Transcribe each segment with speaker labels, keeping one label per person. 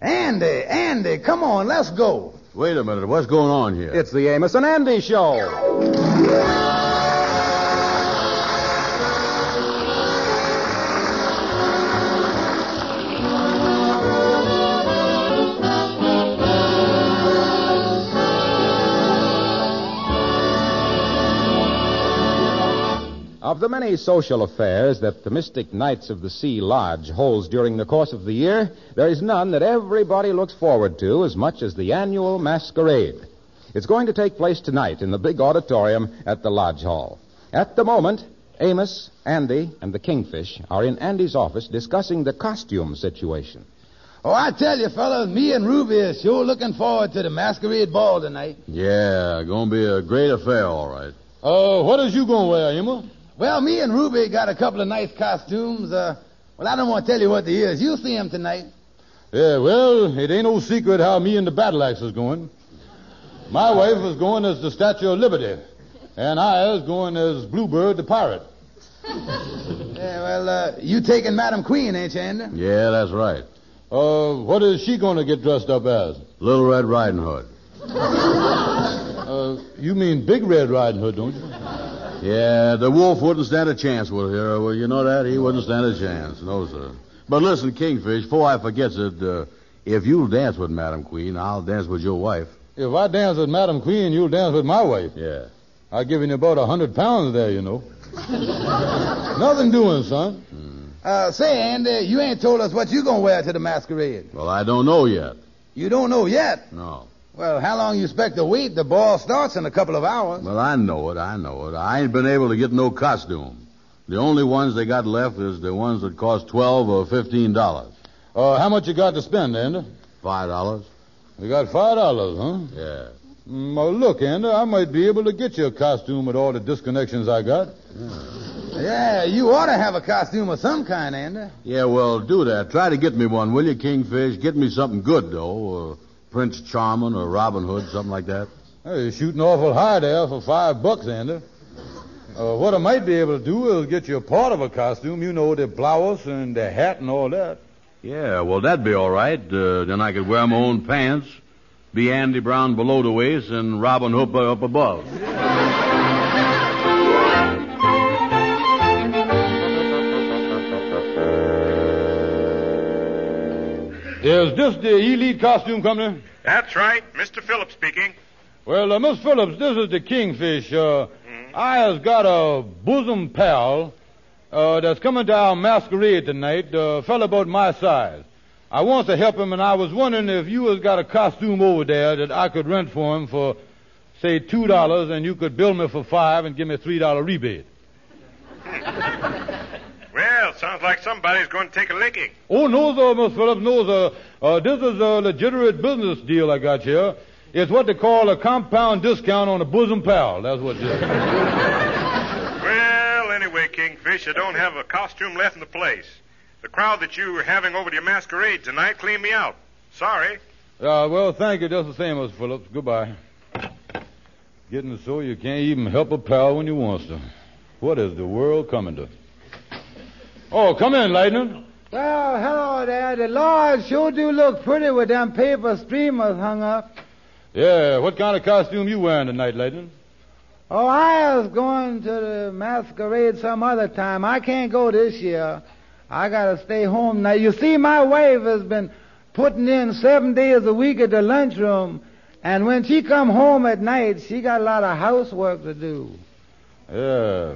Speaker 1: Andy, Andy, come on, let's go.
Speaker 2: Wait a minute. What's going on here?
Speaker 3: It's the Amos and Andy Show. Of the many social affairs that the Mystic Knights of the Sea Lodge holds during the course of the year, there is none that everybody looks forward to as much as the annual masquerade. It's going to take place tonight in the big auditorium at the Lodge Hall. At the moment, Amos, Andy, and the Kingfish are in Andy's office discussing the costume situation.
Speaker 1: Oh, I tell you, fellas, me and Ruby is sure looking forward to the masquerade ball tonight.
Speaker 2: Yeah, gonna be a great affair, all right.
Speaker 4: Uh, what is you gonna wear, Emma?
Speaker 1: Well, me and Ruby got a couple of nice costumes. Uh, well, I don't want to tell you what they is. You'll see 'em tonight.
Speaker 4: Yeah, well, it ain't no secret how me and the battle axe is going. My wife is going as the Statue of Liberty, and I is going as Bluebird the pirate.
Speaker 1: Yeah, well, uh, you taking Madam Queen, ain't you, Andy?
Speaker 2: Yeah, that's right.
Speaker 4: Uh, what is she gonna get dressed up as?
Speaker 2: Little Red Riding Hood.
Speaker 4: Uh, you mean Big Red Riding Hood, don't you?
Speaker 2: Yeah, the wolf wouldn't stand a chance with her. Well, you know that? He wouldn't stand a chance. No, sir. But listen, Kingfish, before I forgets it, uh, if you'll dance with Madam Queen, I'll dance with your wife.
Speaker 4: If I dance with Madam Queen, you'll dance with my wife.
Speaker 2: Yeah.
Speaker 4: I given you about a hundred pounds there, you know. Nothing doing, son.
Speaker 1: Uh, say, Andy, you ain't told us what you gonna wear to the masquerade.
Speaker 2: Well, I don't know yet.
Speaker 1: You don't know yet.
Speaker 2: No.
Speaker 1: Well, how long you expect to wait? The ball starts in a couple of hours.
Speaker 2: Well, I know it. I know it. I ain't been able to get no costume. The only ones they got left is the ones that cost twelve or fifteen dollars.
Speaker 4: Uh, how much you got to spend, Andy?
Speaker 2: Five dollars?
Speaker 4: You got five dollars, huh?
Speaker 2: Yeah.
Speaker 4: Mm, Well, look, Andy, I might be able to get you a costume with all the disconnections I got.
Speaker 1: Yeah, you ought to have a costume of some kind, Andy.
Speaker 2: Yeah, well, do that. Try to get me one, will you, Kingfish? Get me something good, though. Uh, Prince Charming or Robin Hood, something like that.
Speaker 4: Hey, you're shooting awful high there for five bucks, Andy. Uh, what I might be able to do is get you a part of a costume, you know, the blouse and the hat and all that.
Speaker 2: Yeah, well, that'd be all right. Uh, then I could wear my own pants, be Andy Brown below the waist, and Robin Hood up above.
Speaker 4: Is this the Elite Costume Company?
Speaker 5: That's right. Mr. Phillips speaking.
Speaker 4: Well, uh, Miss Phillips, this is the Kingfish. Uh, I has got a bosom pal uh, that's coming to our masquerade tonight, a fellow about my size. I wants to help him, and I was wondering if you has got a costume over there that I could rent for him for, say, two dollars, and you could bill me for five and give me a three dollar rebate.
Speaker 5: Well, sounds like somebody's going to take a licking.
Speaker 4: Oh, no, sir, Miss Phillips, no, sir. Uh, this is a legitimate business deal I got here. It's what they call a compound discount on a bosom pal. That's what it is.
Speaker 5: Well, anyway, Kingfish, I don't have a costume left in the place. The crowd that you were having over to your masquerade tonight cleaned me out. Sorry.
Speaker 4: Uh, well, thank you just the same, Mr. Phillips. Goodbye. Getting so you can't even help a pal when you wants to. What is the world coming to? Oh, come in, Lightning.
Speaker 6: Well, hello there. The Lord sure do look pretty with them paper streamers hung up.
Speaker 4: Yeah, what kind of costume you wearing tonight, Lightning?
Speaker 6: Oh, I was going to the masquerade some other time. I can't go this year. I gotta stay home now. You see, my wife has been putting in seven days a week at the lunchroom, and when she come home at night, she got a lot of housework to do.
Speaker 4: Yeah.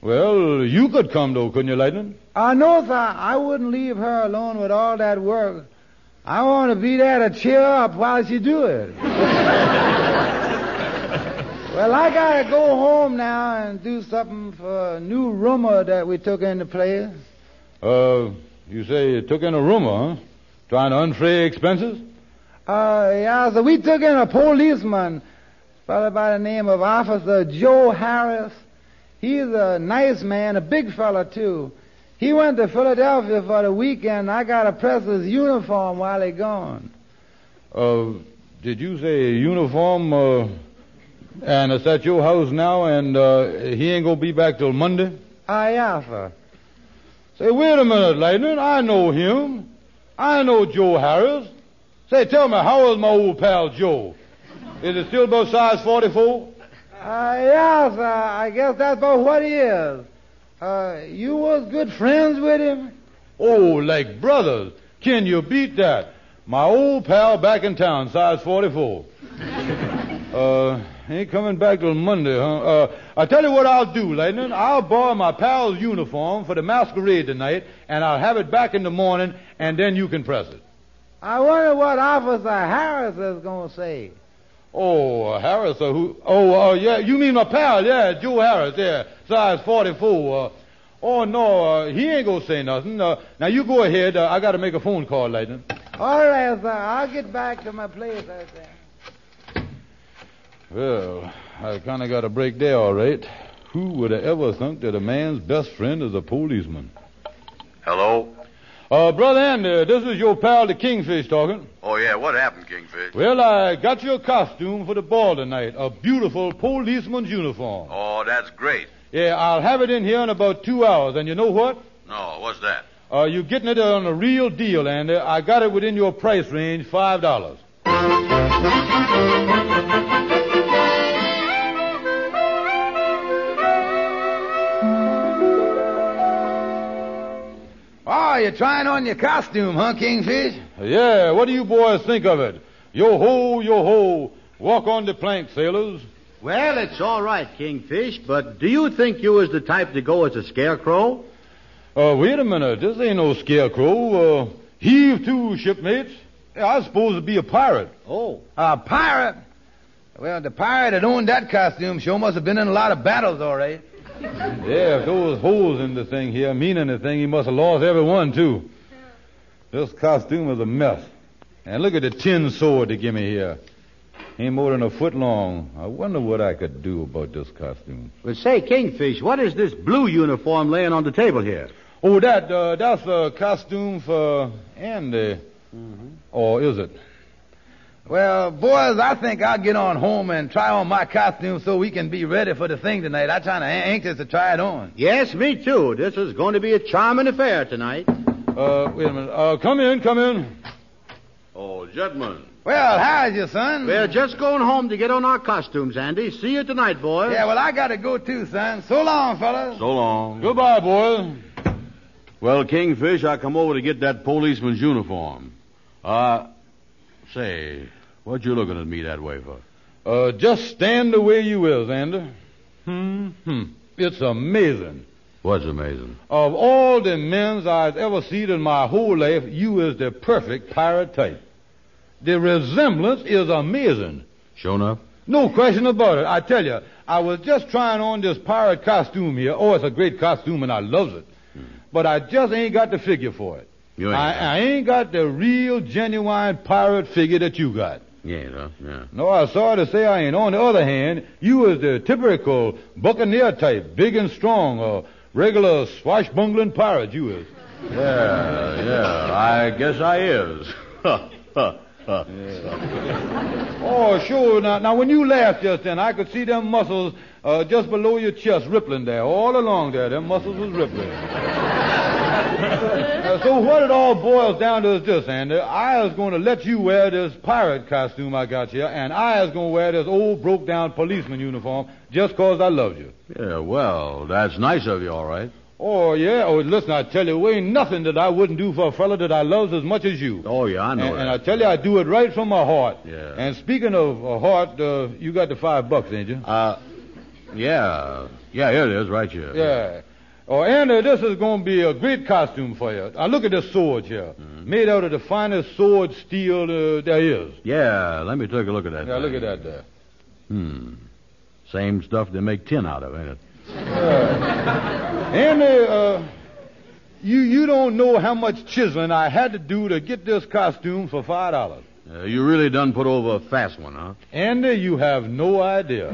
Speaker 4: Well, you could come though, couldn't you, Lightning?
Speaker 6: I know sir, I wouldn't leave her alone with all that work. I want to be there to cheer her up while she do it. well, I gotta go home now and do something for a new rumor that we took into play.
Speaker 4: Uh, you say you took in a rumor, huh? Trying to unfray expenses?
Speaker 6: Uh, yeah, so we took in a policeman, fellow by the name of Officer Joe Harris. He's a nice man, a big fella too. He went to Philadelphia for the weekend. I gotta press his uniform while he gone.
Speaker 4: Uh, did you say uniform? Uh, and it's at your house now, and uh, he ain't gonna be back till Monday.
Speaker 6: Ah, yeah, sir.
Speaker 4: Say, wait a minute, Lightning. I know him. I know Joe Harris. Say, tell me, how old my old pal Joe? Is it still about size 44?
Speaker 6: Uh, yes, uh, I guess that's about what he is. Uh, you was good friends with him?
Speaker 4: Oh, like brothers. Can you beat that? My old pal back in town, size 44. uh, ain't coming back till Monday, huh? Uh, I tell you what I'll do, Lightning. I'll borrow my pal's uniform for the masquerade tonight, and I'll have it back in the morning, and then you can press it.
Speaker 6: I wonder what Officer Harris is going to say.
Speaker 4: Oh, uh, Harris, uh, who? Oh, uh, yeah, you mean my pal, yeah, Joe Harris, yeah, size 44. Uh, oh, no, uh, he ain't gonna say nothing. Uh, now, you go ahead. Uh, I gotta make a phone call, Lightning.
Speaker 6: All right, sir. I'll get back to my place, I think.
Speaker 4: Well, I kind of got a break there, all right. Who would have ever thunk that a man's best friend is a policeman?
Speaker 7: Hello?
Speaker 4: Uh, Brother Andy, this is your pal, the Kingfish, talking.
Speaker 7: Oh, yeah, what happened, Kingfish?
Speaker 4: Well, I got your costume for the ball tonight. A beautiful policeman's uniform.
Speaker 7: Oh, that's great.
Speaker 4: Yeah, I'll have it in here in about two hours. And you know what?
Speaker 7: No, what's that?
Speaker 4: Uh, you're getting it on a real deal, Andy. I got it within your price range, five dollars.
Speaker 1: Oh, you're trying on your costume, huh, Kingfish?
Speaker 4: Yeah, what do you boys think of it? Yo ho, yo ho, walk on the plank, sailors.
Speaker 8: Well, it's all right, Kingfish, but do you think you was the type to go as a scarecrow?
Speaker 4: Uh, wait a minute, this ain't no scarecrow. Uh, heave to, shipmates. Yeah, I was supposed to be a pirate.
Speaker 8: Oh.
Speaker 1: A pirate? Well, the pirate that owned that costume sure must have been in a lot of battles, all right.
Speaker 4: Yeah, if those holes in the thing here mean anything, he must have lost every one, too. This costume is a mess. And look at the tin sword they give me here. Ain't more than a foot long. I wonder what I could do about this costume.
Speaker 8: Well, say, Kingfish, what is this blue uniform laying on the table here?
Speaker 4: Oh, that, uh, that's a costume for Andy. Mm-hmm. Or is it?
Speaker 1: Well, boys, I think I'll get on home and try on my costume so we can be ready for the thing tonight. I'm kind of anxious to try it on.
Speaker 8: Yes, me too. This is going to be a charming affair tonight.
Speaker 4: Uh, wait a minute. Uh, come in, come in.
Speaker 2: Oh, gentlemen.
Speaker 1: Well, how's you, son?
Speaker 8: We're just going home to get on our costumes, Andy. See you tonight, boys.
Speaker 1: yeah, well, I gotta go too, son. So long, fellas.
Speaker 2: So long.
Speaker 4: Goodbye, boy.
Speaker 2: Well, Kingfish, I come over to get that policeman's uniform. Uh, say, what you looking at me that way for?
Speaker 4: Uh, just stand the way you is, Andy. Hmm, hmm. It's amazing.
Speaker 2: What's amazing?
Speaker 4: Of all the men's I've ever seen in my whole life, you is the perfect pirate type. The resemblance is amazing.
Speaker 2: Sure enough.
Speaker 4: No question about it. I tell you, I was just trying on this pirate costume here. Oh, it's a great costume and I loves it. But I just ain't got the figure for it.
Speaker 2: Hmm. You ain't
Speaker 4: I,
Speaker 2: got-
Speaker 4: I ain't got the real, genuine pirate figure that you got.
Speaker 2: Yeah, huh? Yeah.
Speaker 4: No, I'm sorry to say I ain't. On the other hand, you is the typical buccaneer type, big and strong, a regular swashbuckling pirate, you is.
Speaker 2: Yeah, yeah. I guess I is.
Speaker 4: Oh, sure. Now, now when you laughed just then, I could see them muscles uh, just below your chest rippling there, all along there. Them muscles was rippling. Uh, so what it all boils down to is this, Andy. I is going to let you wear this pirate costume I got you, and I is going to wear this old broke-down policeman uniform just 'cause I love you.
Speaker 2: yeah, well, that's nice of you, all right.
Speaker 4: Oh, yeah. Oh, listen, I tell you, ain't nothing that I wouldn't do for a fella that I loves as much as you.
Speaker 2: Oh, yeah, I know
Speaker 4: and,
Speaker 2: that.
Speaker 4: and I tell you, I do it right from my heart.
Speaker 2: Yeah.
Speaker 4: And speaking of a heart, uh, you got the five bucks, ain't you?
Speaker 2: Uh, yeah. Yeah, here it is, right here.
Speaker 4: Yeah. Oh, Andy, this is going to be a great costume for you. Now, look at this sword here. Made out of the finest sword steel uh, there is.
Speaker 2: Yeah, let me take a look at that.
Speaker 4: Now, look
Speaker 2: thing.
Speaker 4: at that there.
Speaker 2: Hmm. Same stuff they make tin out of, ain't it?
Speaker 4: Andy, uh, you, you don't know how much chiseling I had to do to get this costume for $5.
Speaker 2: Uh, you really done put over a fast one, huh?
Speaker 4: Andy, you have no idea.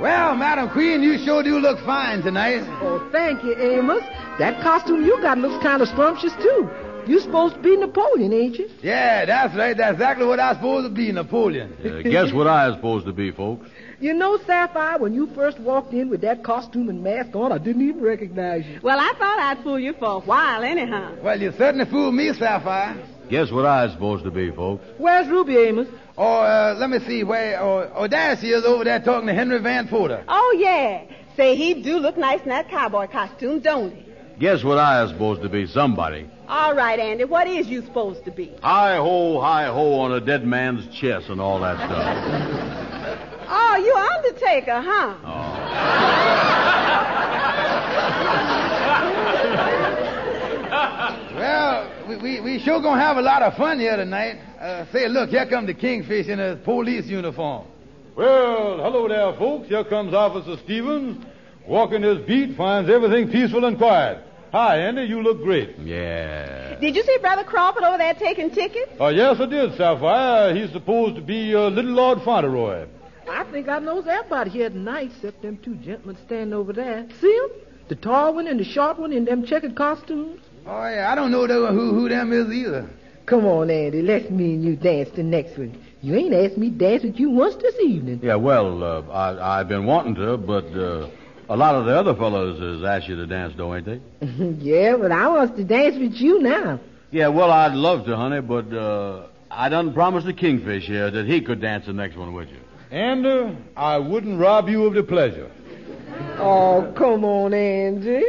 Speaker 1: Well, Madam Queen, you sure do look fine tonight.
Speaker 9: Oh, thank you, Amos. That costume you got looks kind of scrumptious, too. You're supposed to be Napoleon, ain't you?
Speaker 1: Yeah, that's right. That's exactly what I was supposed to be, Napoleon.
Speaker 2: Uh, guess what I was supposed to be, folks?
Speaker 9: You know, Sapphire, when you first walked in with that costume and mask on, I didn't even recognize you.
Speaker 10: Well, I thought I'd fool you for a while, anyhow.
Speaker 1: Well, you certainly fooled me, Sapphire.
Speaker 2: Guess what I'm supposed to be, folks?
Speaker 9: Where's Ruby Amos?
Speaker 1: Oh, uh, let me see where. Oh, oh, there she is over there talking to Henry Van Porter.
Speaker 10: Oh, yeah. Say, he do look nice in that cowboy costume, don't he?
Speaker 2: Guess what I'm supposed to be? Somebody.
Speaker 10: All right, Andy, what is you supposed to be?
Speaker 2: Hi ho, hi ho on a dead man's chest and all that stuff.
Speaker 10: Oh, you Undertaker, huh?
Speaker 1: Well, we, we, we sure gonna have a lot of fun here tonight. Uh, say, look, here come the kingfish in his police uniform.
Speaker 4: Well, hello there, folks. Here comes Officer Stevens. Walking his beat, finds everything peaceful and quiet. Hi, Andy, you look great.
Speaker 2: Yeah.
Speaker 10: Did you see Brother Crawford over there taking tickets?
Speaker 4: Uh, yes, I did, Sapphire. He's supposed to be uh, little Lord Fauntleroy.
Speaker 9: I think I knows everybody here tonight except them two gentlemen standing over there. See 'em? The tall one and the short one in them checkered costumes.
Speaker 1: Oh, yeah, I don't know though who, who them is either.
Speaker 9: Come on, Andy, let's me and you dance the next one. You ain't asked me to dance with you once this evening.
Speaker 2: Yeah, well, uh, I, I've been wanting to, but uh, a lot of the other fellows has asked you to dance, though, ain't they?
Speaker 9: yeah, but I wants to dance with you now.
Speaker 2: Yeah, well, I'd love to, honey, but uh, I done promised the kingfish here that he could dance the next one with you.
Speaker 4: Andy, I wouldn't rob you of the pleasure.
Speaker 9: Oh, come on, Andy.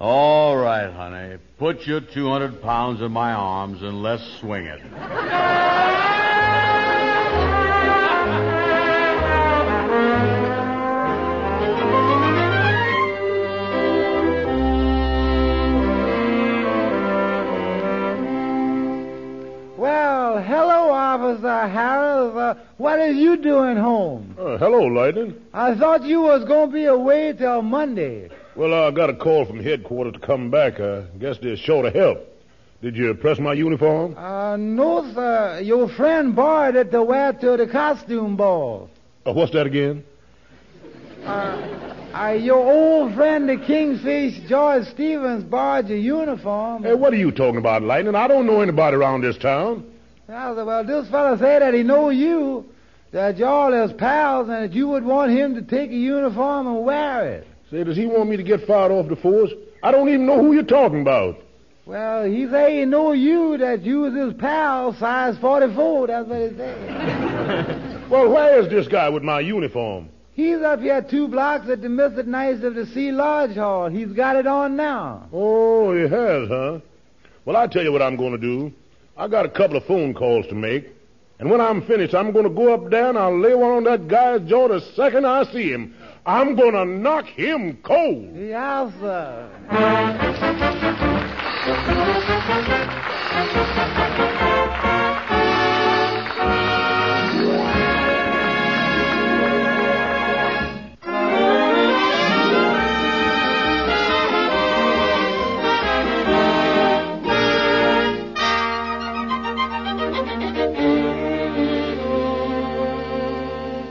Speaker 2: All right, honey. Put your 200 pounds in my arms and let's swing it.
Speaker 6: Well, hello, Officer Harris. Uh, what is you doing home?
Speaker 11: Uh, hello, Lightning.
Speaker 6: I thought you was gonna be away till Monday.
Speaker 11: Well, I got a call from headquarters to come back. I guess they're short of help. Did you press my uniform?
Speaker 6: Uh, no, sir. Your friend borrowed it to wear to the costume ball.
Speaker 11: Uh, what's that again?
Speaker 6: Uh, your old friend, the Kingfish, George Stevens, borrowed your uniform.
Speaker 11: Hey, what are you talking about, Lightning? I don't know anybody around this town.
Speaker 6: I said, well, this fella said that he know you, that y'all is pals, and that you would want him to take a uniform and wear it.
Speaker 11: Say, does he want me to get fired off the force? I don't even know who you're talking about.
Speaker 6: Well, he say he know you, that you was his pal, size 44, that's what he said.
Speaker 11: Well, where is this guy with my uniform?
Speaker 6: He's up here two blocks at the Mr. Nice of the Sea Lodge Hall. He's got it on now.
Speaker 11: Oh, he has, huh? Well, I tell you what I'm going to do. I got a couple of phone calls to make. And when I'm finished, I'm going to go up there and I'll lay one on that guy's jaw the second I see him. I'm going to knock him cold.
Speaker 6: Yes, sir.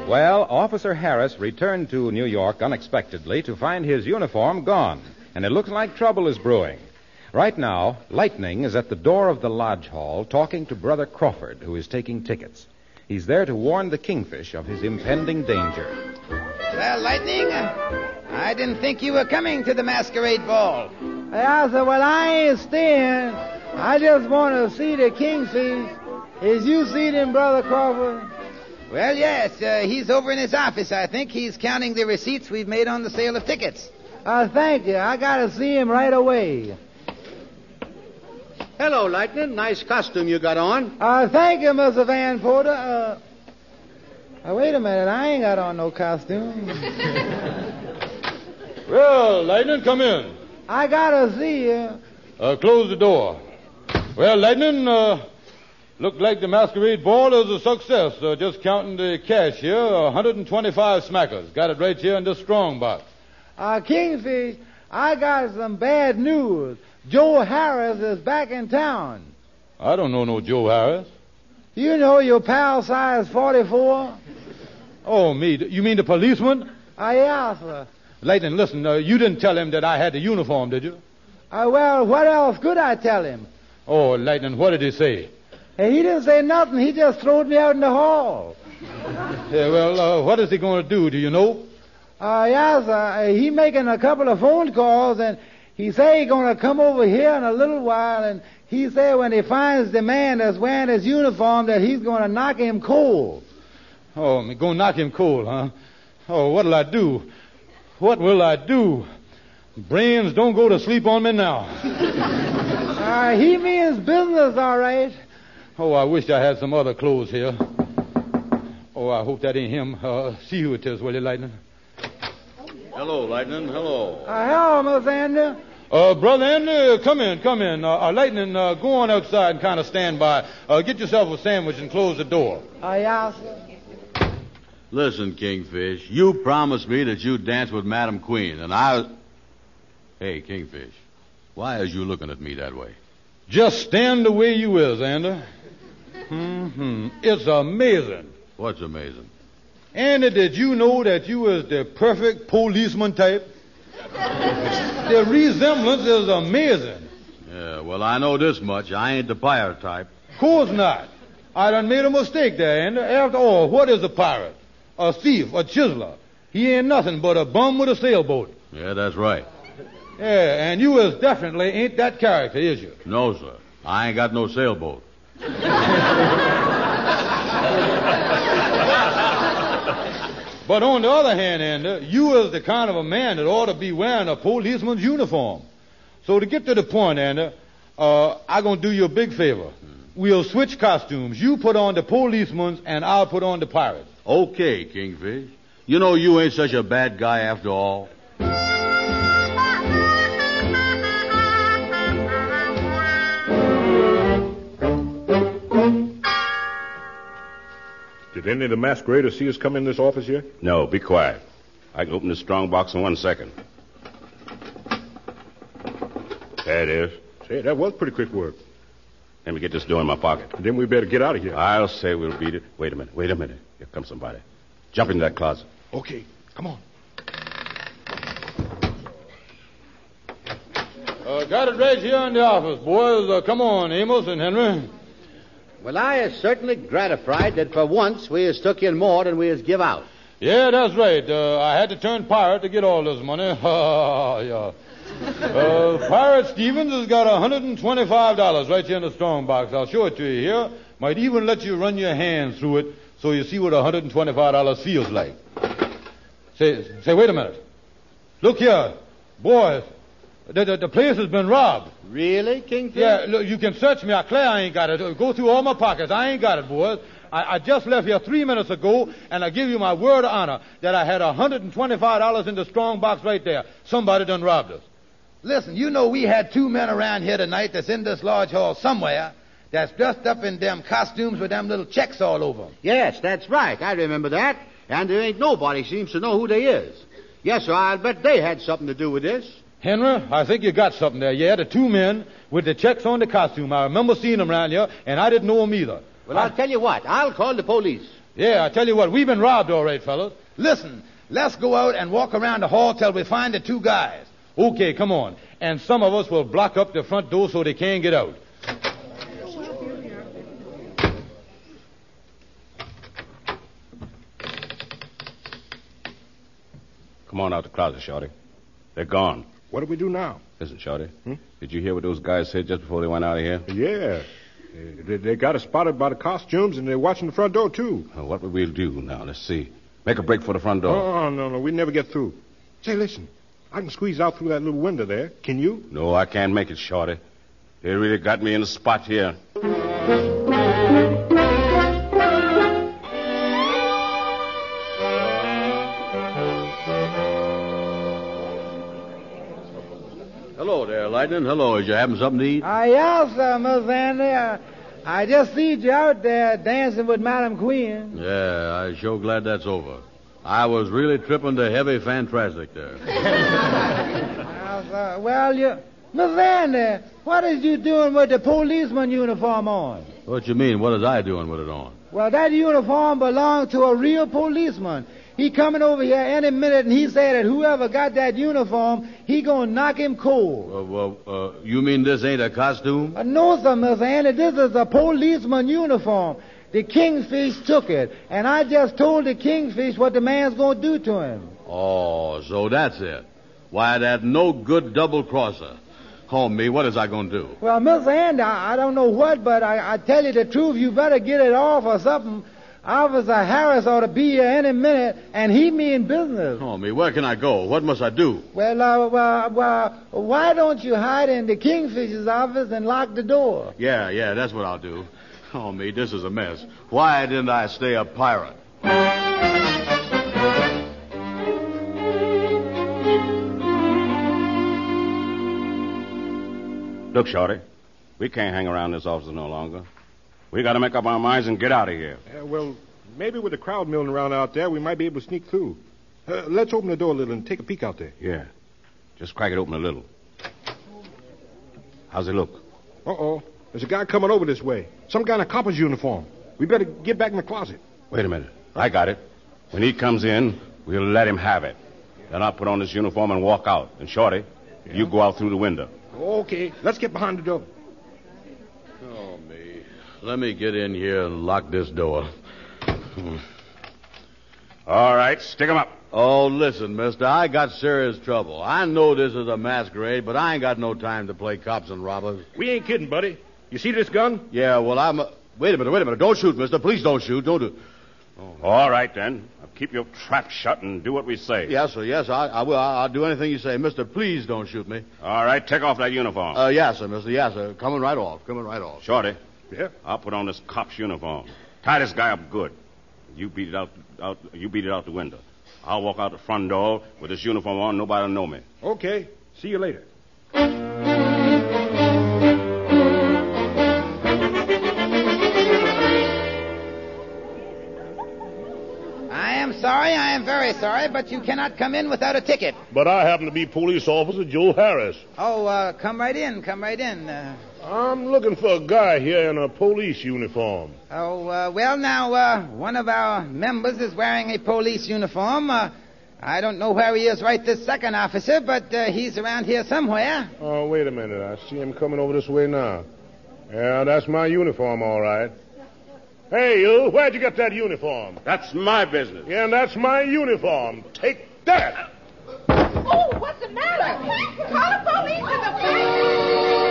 Speaker 3: Well, Officer Harris returned to New York unexpectedly to find his uniform gone, and it looks like trouble is brewing. Right now, Lightning is at the door of the lodge hall talking to Brother Crawford, who is taking tickets. He's there to warn the kingfish of his impending danger.
Speaker 1: Well, Lightning, uh, I didn't think you were coming to the masquerade ball.
Speaker 6: I said, well, I ain't staying. I just want to see the Kingfish. Is you see them, Brother Crawford?
Speaker 1: Well, yes, uh, he's over in his office. I think he's counting the receipts we've made on the sale of tickets.
Speaker 6: Uh, thank you. I gotta see him right away.
Speaker 8: Hello, Lightning. Nice costume you got on.
Speaker 6: Uh, thank you, Mr. Van Porter. Uh, uh, wait a minute. I ain't got on no costume.
Speaker 4: Well, Lightning, come in.
Speaker 6: I gotta see you.
Speaker 4: Uh, close the door. Well, Lightning, uh, looked like the masquerade ball is a success. Uh, just counting the cash here, 125 smackers. Got it right here in this strong box.
Speaker 6: Uh, Kingfish, I got some bad news. Joe Harris is back in town.
Speaker 4: I don't know no Joe Harris.
Speaker 6: You know your pal size 44?
Speaker 4: Oh, me. You mean the policeman?
Speaker 6: I yeah, sir.
Speaker 4: Lightning, listen, uh, you didn't tell him that I had the uniform, did you?
Speaker 6: Uh, well, what else could I tell him?
Speaker 4: Oh, Lightning, what did he say?
Speaker 6: Hey, he didn't say nothing. He just throwed me out in the hall.
Speaker 4: Yeah, well, uh, what is he going to do? Do you know?
Speaker 6: Uh, yes, uh, he making a couple of phone calls, and he say he gonna come over here in a little while, and he say when he finds the man that's wearing his uniform that he's gonna knock him cold.
Speaker 4: Oh, I'm going to knock him cold, huh? Oh, what'll I do? What will I do? Brains, don't go to sleep on me now.
Speaker 6: Uh, he means business, all right.
Speaker 4: Oh, I wish I had some other clothes here. Oh, I hope that ain't him. Uh, see who it is, will you, Lightning?
Speaker 7: Hello, Lightning. Hello.
Speaker 6: Uh, hello, Miss Andrew.
Speaker 4: Uh, Brother Andy, come in, come in. Uh, uh, Lightning, uh, go on outside and kind of stand by. Uh, get yourself a sandwich and close the door.
Speaker 6: Uh, yes.
Speaker 2: Listen, Kingfish, you promised me that you'd dance with Madam Queen, and I. Hey, Kingfish, why is you looking at me that way?
Speaker 4: Just stand the way you is, Andy. hmm It's amazing.
Speaker 2: What's amazing?
Speaker 4: Andy, did you know that you is the perfect policeman type? the resemblance is amazing.
Speaker 2: Yeah, well, I know this much. I ain't the pirate type.
Speaker 4: Course not. I done made a mistake there, Andy. After all, what is a pirate? A thief, a chiseler. He ain't nothing but a bum with a sailboat.
Speaker 2: Yeah, that's right.
Speaker 4: Yeah, and you is definitely ain't that character, is you?
Speaker 2: No, sir. I ain't got no sailboat.
Speaker 4: But on the other hand, Andy, you is the kind of a man that ought to be wearing a policeman's uniform. So to get to the point, Andy, uh, i going to do you a big favor. We'll switch costumes. You put on the policeman's, and I'll put on the pirate's.
Speaker 2: Okay, Kingfish. You know you ain't such a bad guy after all.
Speaker 11: Did any of the masqueraders see us come in this office here?
Speaker 12: No, be quiet. I can open this strong box in one second. There it is.
Speaker 11: Say, that was pretty quick work.
Speaker 12: Let me get this door in my pocket.
Speaker 11: Then we better get out of here.
Speaker 12: I'll say we'll beat it. Wait a minute. Wait a minute. Here comes somebody. Jump into that closet.
Speaker 11: Okay, come on.
Speaker 4: Uh, got it right here in the office, boys. Uh, come on, Amos and Henry.
Speaker 8: Well, I is certainly gratified that for once we has took in more than we has give out.
Speaker 4: Yeah, that's right. Uh, I had to turn pirate to get all this money. yeah. Uh, pirate Stevens has got $125 right here in the strong box. I'll show it to you here. Might even let you run your hands through it so you see what $125 feels like. Say, say, wait a minute. Look here, boys. The, the, the place has been robbed.
Speaker 8: Really, Kingfish?
Speaker 4: Yeah, look, you can search me. I clear I ain't got it. Uh, Go through all my pockets. I ain't got it, boys. I, I just left here three minutes ago, and I give you my word of honor that I had $125 in the strong box right there. Somebody done robbed us.
Speaker 1: Listen, you know we had two men around here tonight that's in this large hall somewhere that's dressed up in them costumes with them little checks all over 'em.
Speaker 8: Yes, that's right. I remember that. And there ain't nobody seems to know who they is. Yes, sir, I'll bet they had something to do with this.
Speaker 4: Henry, I think you got something there. Yeah, the two men with the checks on the costume. I remember seeing them around here, and I didn't know them either.
Speaker 8: Well, I'll tell you what. I'll call the police.
Speaker 4: Yeah, I tell you what, we've been robbed all right, fellas.
Speaker 1: Listen, let's go out and walk around the hall till we find the two guys.
Speaker 4: Okay, come on. And some of us will block up the front door so they can't get out.
Speaker 12: Come on out the closet, Shorty. They're gone.
Speaker 11: What do we do now?
Speaker 12: Listen, Shorty. Did you hear what those guys said just before they went out of here?
Speaker 11: Yeah. They- They, they got us spotted by the costumes, and they're watching the front door, too.
Speaker 12: Uh, what will we do now? Let's see. Make a break for the front door.
Speaker 11: Oh, no, no. We never get through. Say, listen. I can squeeze out through that little window there. Can you?
Speaker 12: No, I can't make it, Shorty. They really got me in a spot here.
Speaker 2: Hello there, Lightning. Hello. Is you having something to eat?
Speaker 6: Uh, yes, uh, Miss Andrew. Uh, I just see you out there dancing with Madam Queen.
Speaker 2: Yeah, I sure glad that's over. I was really tripping to heavy fantastic there.
Speaker 6: Yes, uh, well, you, Miss Andrew, what is you doing with the policeman uniform on?
Speaker 2: What you mean? What is I doing with it on?
Speaker 6: Well, that uniform belonged to a real policeman. He coming over here any minute, and he said that whoever got that uniform, he gonna knock him cold.
Speaker 2: Uh, well, uh, you mean this ain't a costume?
Speaker 6: Uh, no, sir, Miss Annie, this is a policeman uniform. The kingfish took it, and I just told the kingfish what the man's going to do to him.
Speaker 2: Oh, so that's it. Why, that no good double crosser. Oh, me, what is I going to do?
Speaker 6: Well, Miss Andy, I, I don't know what, but I, I tell you the truth, you better get it off or something. Officer Harris ought to be here any minute, and he mean business.
Speaker 2: Oh, me, where can I go? What must I do?
Speaker 6: Well, uh, well, well, why don't you hide in the kingfisher's office and lock the door?
Speaker 2: Yeah, yeah, that's what I'll do. Oh, me, this is a mess. Why didn't I stay a pirate?
Speaker 12: Look, Shorty, we can't hang around this officer no longer. We got to make up our minds and get out of here.
Speaker 13: Uh, well, maybe with the crowd milling around out there, we might be able to sneak through. Uh, let's open the door a little and take a peek out there.
Speaker 12: Yeah. Just crack it open a little. How's it look?
Speaker 13: Uh oh. There's a guy coming over this way. Some guy in a copper's uniform. We better get back in the closet.
Speaker 12: Wait a minute. I got it. When he comes in, we'll let him have it. Then I'll put on this uniform and walk out. And Shorty, you go out through the window.
Speaker 13: Okay, let's get behind the door.
Speaker 2: Oh, me. Let me get in here and lock this door.
Speaker 12: All right, stick 'em up.
Speaker 2: Oh, listen, mister, I got serious trouble. I know this is a masquerade, but I ain't got no time to play cops and robbers.
Speaker 13: We ain't kidding, buddy. You see this gun?
Speaker 2: Yeah, well, I'm. A... Wait a minute, wait a minute. Don't shoot, mister. Please don't shoot. Don't do.
Speaker 12: All right, then. Now keep your trap shut and do what we say.
Speaker 2: Yes, sir, yes, I, I will. I- I'll do anything you say. Mister, please don't shoot me.
Speaker 12: All right, take off that uniform.
Speaker 2: Uh, yes, sir, mister. Yes, sir. Coming right off. Coming right off.
Speaker 12: Shorty.
Speaker 13: Yeah?
Speaker 12: I'll put on this cop's uniform. Tie this guy up good. You beat it out, out you beat it out the window. I'll walk out the front door with this uniform on, nobody'll know me.
Speaker 13: Okay. See you later.
Speaker 14: I am sorry, I am very sorry, but you cannot come in without a ticket.
Speaker 11: But I happen to be police officer Joe Harris.
Speaker 14: Oh, uh, come right in, come right in. Uh,
Speaker 11: I'm looking for a guy here in a police uniform.
Speaker 14: oh, uh, well, now, uh, one of our members is wearing a police uniform. Uh, I don't know where he is right this second, officer, but uh, he's around here somewhere.
Speaker 11: Oh, wait a minute. I see him coming over this way now. Yeah, that's my uniform, all right. Hey, you, where'd you get that uniform?
Speaker 12: That's my business.
Speaker 11: Yeah, and that's my uniform. Take that!
Speaker 7: Oh, what's the matter? Quick, call the police to the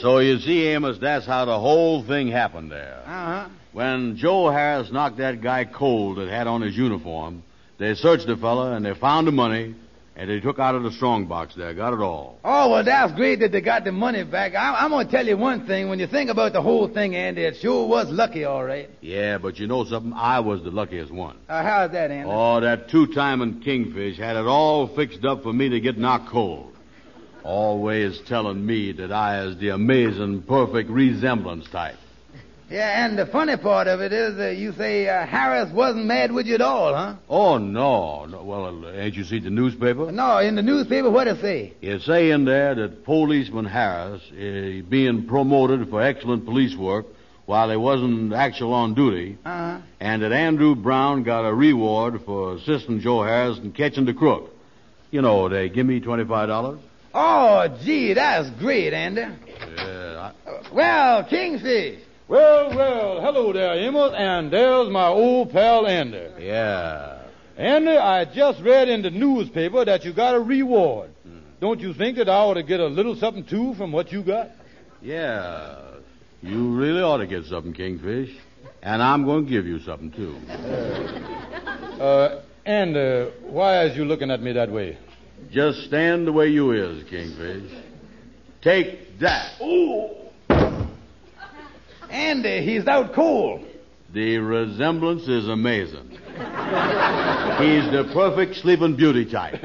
Speaker 2: So you see, Amos, that's how the whole thing happened there.
Speaker 14: Uh-huh.
Speaker 2: When Joe Harris knocked that guy cold that had on his uniform, they searched the fella and they found the money and they took out of the strong box there, got it all.
Speaker 1: Oh, well, that's great that they got the money back. I, I'm going to tell you one thing. When you think about the whole thing, Andy, it sure was lucky, all right.
Speaker 2: Yeah, but you know something? I was the luckiest one.
Speaker 1: Uh, how's that, Andy?
Speaker 2: Oh, that two-timing kingfish had it all fixed up for me to get knocked cold. Always telling me that I is the amazing, perfect resemblance type.
Speaker 1: Yeah, and the funny part of it is uh, you say uh, Harris wasn't mad with you at all, huh?
Speaker 2: Oh, no. no. Well, uh, ain't you see the newspaper?
Speaker 1: No, in the newspaper, what it say?
Speaker 2: You say in there that policeman Harris is being promoted for excellent police work while he wasn't actual on duty,
Speaker 14: Uh-huh.
Speaker 2: and that Andrew Brown got a reward for assisting Joe Harris in catching the crook. You know, they give me twenty-five dollars.
Speaker 1: Oh, gee, that's great, Andy.
Speaker 2: Yeah,
Speaker 1: Well, Kingfish.
Speaker 4: Well, well, hello there, Amos, and there's my old pal Andy.
Speaker 2: Yeah.
Speaker 4: Andy, I just read in the newspaper that you got a reward. Don't you think that I ought to get a little something too from what you got?
Speaker 2: yeah. You really ought to get something, Kingfish, and I'm going to give you something too.
Speaker 4: Uh, Andy, why is you looking at me that way?
Speaker 2: Just stand the way you is, Kingfish. Take that.
Speaker 1: Andy, he's out cold.
Speaker 2: The resemblance is amazing. He's the perfect sleeping beauty type.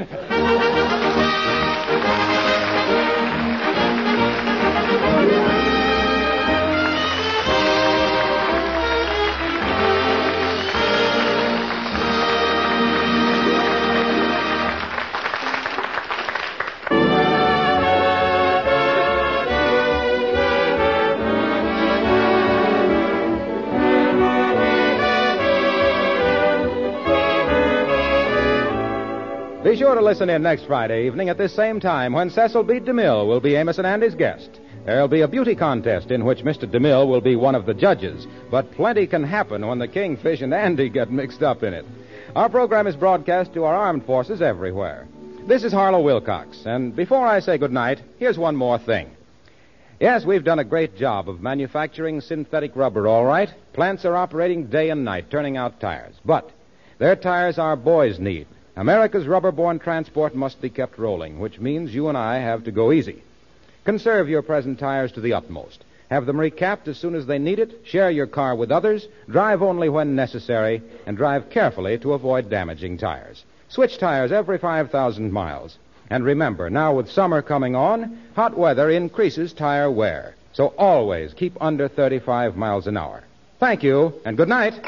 Speaker 3: Be sure to listen in next Friday evening at this same time when Cecil B. DeMille will be Amos and Andy's guest. There'll be a beauty contest in which Mr. DeMille will be one of the judges, but plenty can happen when the kingfish and Andy get mixed up in it. Our program is broadcast to our armed forces everywhere. This is Harlow Wilcox, and before I say goodnight, here's one more thing. Yes, we've done a great job of manufacturing synthetic rubber, all right. Plants are operating day and night, turning out tires. But their tires our boys need. America's rubber borne transport must be kept rolling, which means you and I have to go easy. Conserve your present tires to the utmost. Have them recapped as soon as they need it. Share your car with others. Drive only when necessary. And drive carefully to avoid damaging tires. Switch tires every 5,000 miles. And remember, now with summer coming on, hot weather increases tire wear. So always keep under 35 miles an hour. Thank you, and good night.